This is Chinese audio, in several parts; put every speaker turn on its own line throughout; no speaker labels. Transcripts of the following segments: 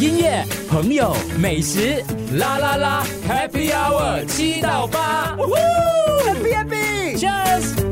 音乐、朋友、美食，啦啦啦，Happy Hour 七到八
，Happy Happy。
，Cheers！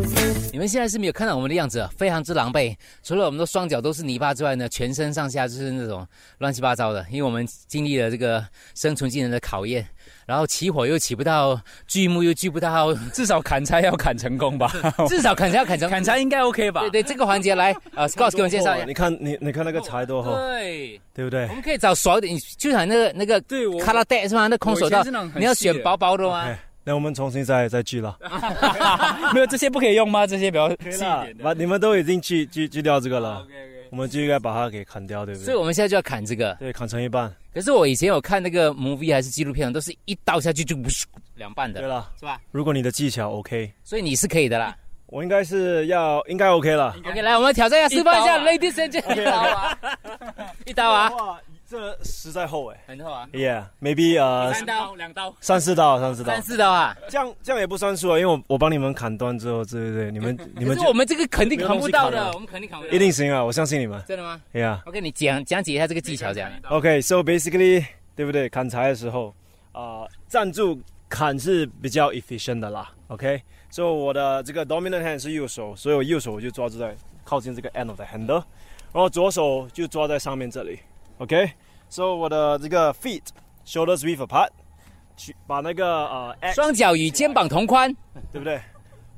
你们现在是没有看到我们的样子，啊非常之狼狈。除了我们的双脚都是泥巴之外呢，全身上下就是那种乱七八糟的，因为我们经历了这个生存技能的考验，然后起火又起不到，锯木又锯不到，
哦至少砍柴要砍成功吧？
至少砍柴要砍 成。
砍柴应该 OK 吧
对？对，这个环节来， 呃，Scott 给我们介绍一
哦
下
你。看你你看那个柴多厚，
对，
对不对
嗯我？们可以找熟一点，就像那个那个
对我
卡拉带是吗？那空手道
我以前是那种，很
你要
细的
选薄薄的吗
哎？那我们重新再再锯
啊
了，
没有这些不可以用吗？这些比较
可
细一点的。
把你们都已经锯锯锯掉这个
啊
了，
OK
我们就应该把它给砍掉，对不
所以
对？
我们现在就要砍这个。
对，砍成一半。
可是我以前有看那个 movie 还是纪录片，都是一刀下去就两半
对
的，
了，
是吧？
如果你的技巧 OK，
所以你是可以的啦。
我应该是要应该 OK 了。
OK，来，我们挑战一下，示
一刀啊
范一下，Ladies and Gentlemen，一刀啊， 一刀啊，
哇，这实在厚哎。
很厚啊，
Yeah，maybe 呃
刀、
两刀，
三四刀，三四刀
三，四刀啊。
这样这样也不算数啊，因为我我帮你们砍断之后，对对对，你们你
可
们
是
就
我们这个肯定砍不到
没有东西砍
的，
了
我们肯定砍不到。
一定行啊，我相信你们。
真的吗
Yeah。
？OK，你讲讲解一下这个技巧，这样。
OK，so、basically，对不对？砍柴的时候，啊、站住砍是比较 efficient 的啦。OK，so、我的这个 dominant hand 是右手，所以我右手我就抓住在靠近这个 end of the handle，然后左手就抓在上面这里。OK，so、我的这个 feet shoulders width apart，去把那个呃 axe
双脚与肩膀同宽，
对不对？然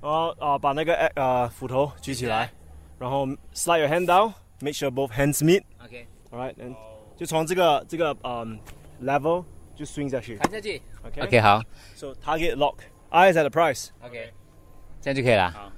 后啊、把那个 axe，呃斧头举起来，然后 slide your hand down，make sure both hands meet。
OK，
Alright，嗯，就从这个这个嗯、level 就 swing 下去。
砍下去。
OK，,
OK，好
so target lock eyes at the price。
，OK，这样就可以了
好。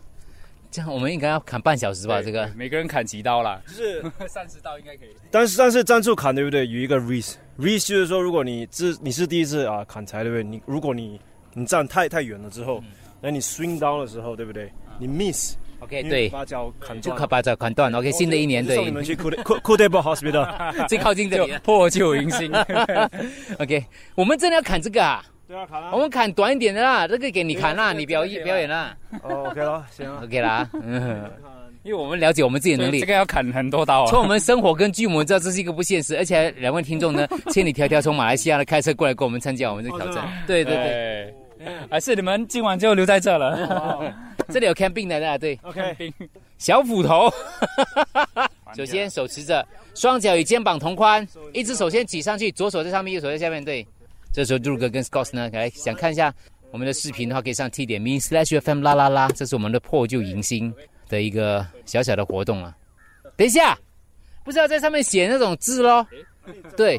这样我们应该要砍半小时吧？这个
每个人砍几刀啦？
就是，
三十刀应该可以。
但是但是战术砍对不对？有一个 risk，risk 就是说，如果你自你是第一次啊砍柴对不对？你如果你你站太太远了之后，那、你 swing down 的时候对不对？你 miss，
OK，哎
你
对，
把脚砍
就
断
砍。把脚砍断。OK，新的一年
就送你
对
们，去 Cool Cool d a b l Hospital。
最靠近这
就
里了。
破旧迎新。
OK，我们真的要砍这个啊？
对啊，砍啊
我们砍短一点的啦，这个给你砍啦，
对
你表
这
演
个可以啦
表演啦
哦，OK 了， 行啊。
，OK 啦。嗯，
因为我
我
们
们了解我们自己的能 力
这。个要砍很多刀啊。
从我们生活跟剧，我们知道这是一个不现实，而且还两位听众呢，千里迢迢从马来西亚的开车过来跟我们参加我们这个挑
哦
战。对对对，
对，哎还是你们今晚就留在这了。
这里有 camping 的啦，对，
OK，
小斧头。
啊
首先手持着，双脚与肩膀同宽，一只手先举上去，左手在上面，右手在下面。对，这时候杜哥跟 Scott 呢，来想看一下我们的视频的话，可以上 t 点 me slash fm 啦啦啦，这是我们的破旧迎新的一个小小的活动啊。等一下，不是要在上面写那种字咯？对，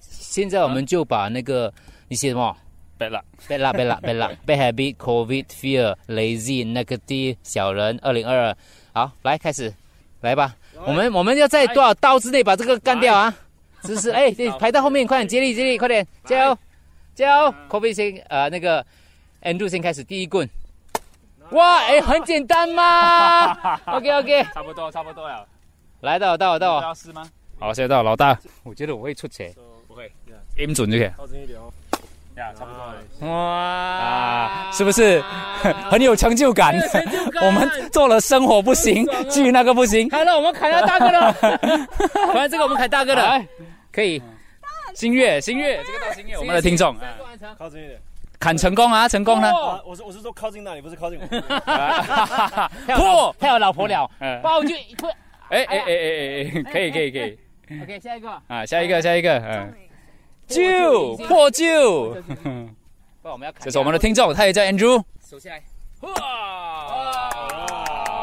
现在我们就把那个你写什么？
别了，
贝拉贝拉贝拉 bad habit covid fear lazy negative 小人二零二二，好，来开始，来吧，我们我们要在多少刀之内把这个干掉啊？是不是？ 哎，对，排到后面，快点接力接力，快
哎
点，加油加油！covid 先呃那个 Andrew 先开始第一棍，哇，哎，很简单嘛 ，OK OK，
差不多，差不多了。
来到到
到
到，
要撕吗？哦好，现在到老大，我觉得我会出血，不会，aim 准就可以。
靠近一点哦。
呀，差不多了。
哇，
啊，是不是 很有成就感？ 我
我
们
们
做了生活不行
好爽，啊
至于那个不行。
砍了，我们砍了大 哥了，反正这个我们砍大哥的，
来，
可以。
哎新月，新月，这个到新月，我们的听众啊
靠近一点。
砍成功啊，成功了，
啊，我是我是说靠近那里，不是靠近我。
破！
他有老婆了，
嗯
抱去一推。
哎哎哎哎哎，可以可以可以
OK，下一个，
啊，下一个下一个，嗯，
九
救破救，
不，我们要砍。
这是我们的听众，他也叫 Andrew，
手下来。
哇，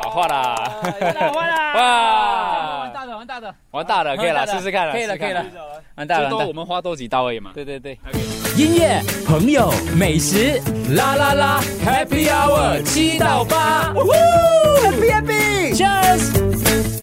画啦，
啊完了，
哇
完大的，完大的，
完大了，可以了，试试看了，
可以了，可以了
试试，
完
看
大
了，最多我
了。
们花多几刀而已嘛。
对对对，
音乐、朋友、美食，啦啦啦，Happy Hour 七到八
Happy Happy。
，Cheers。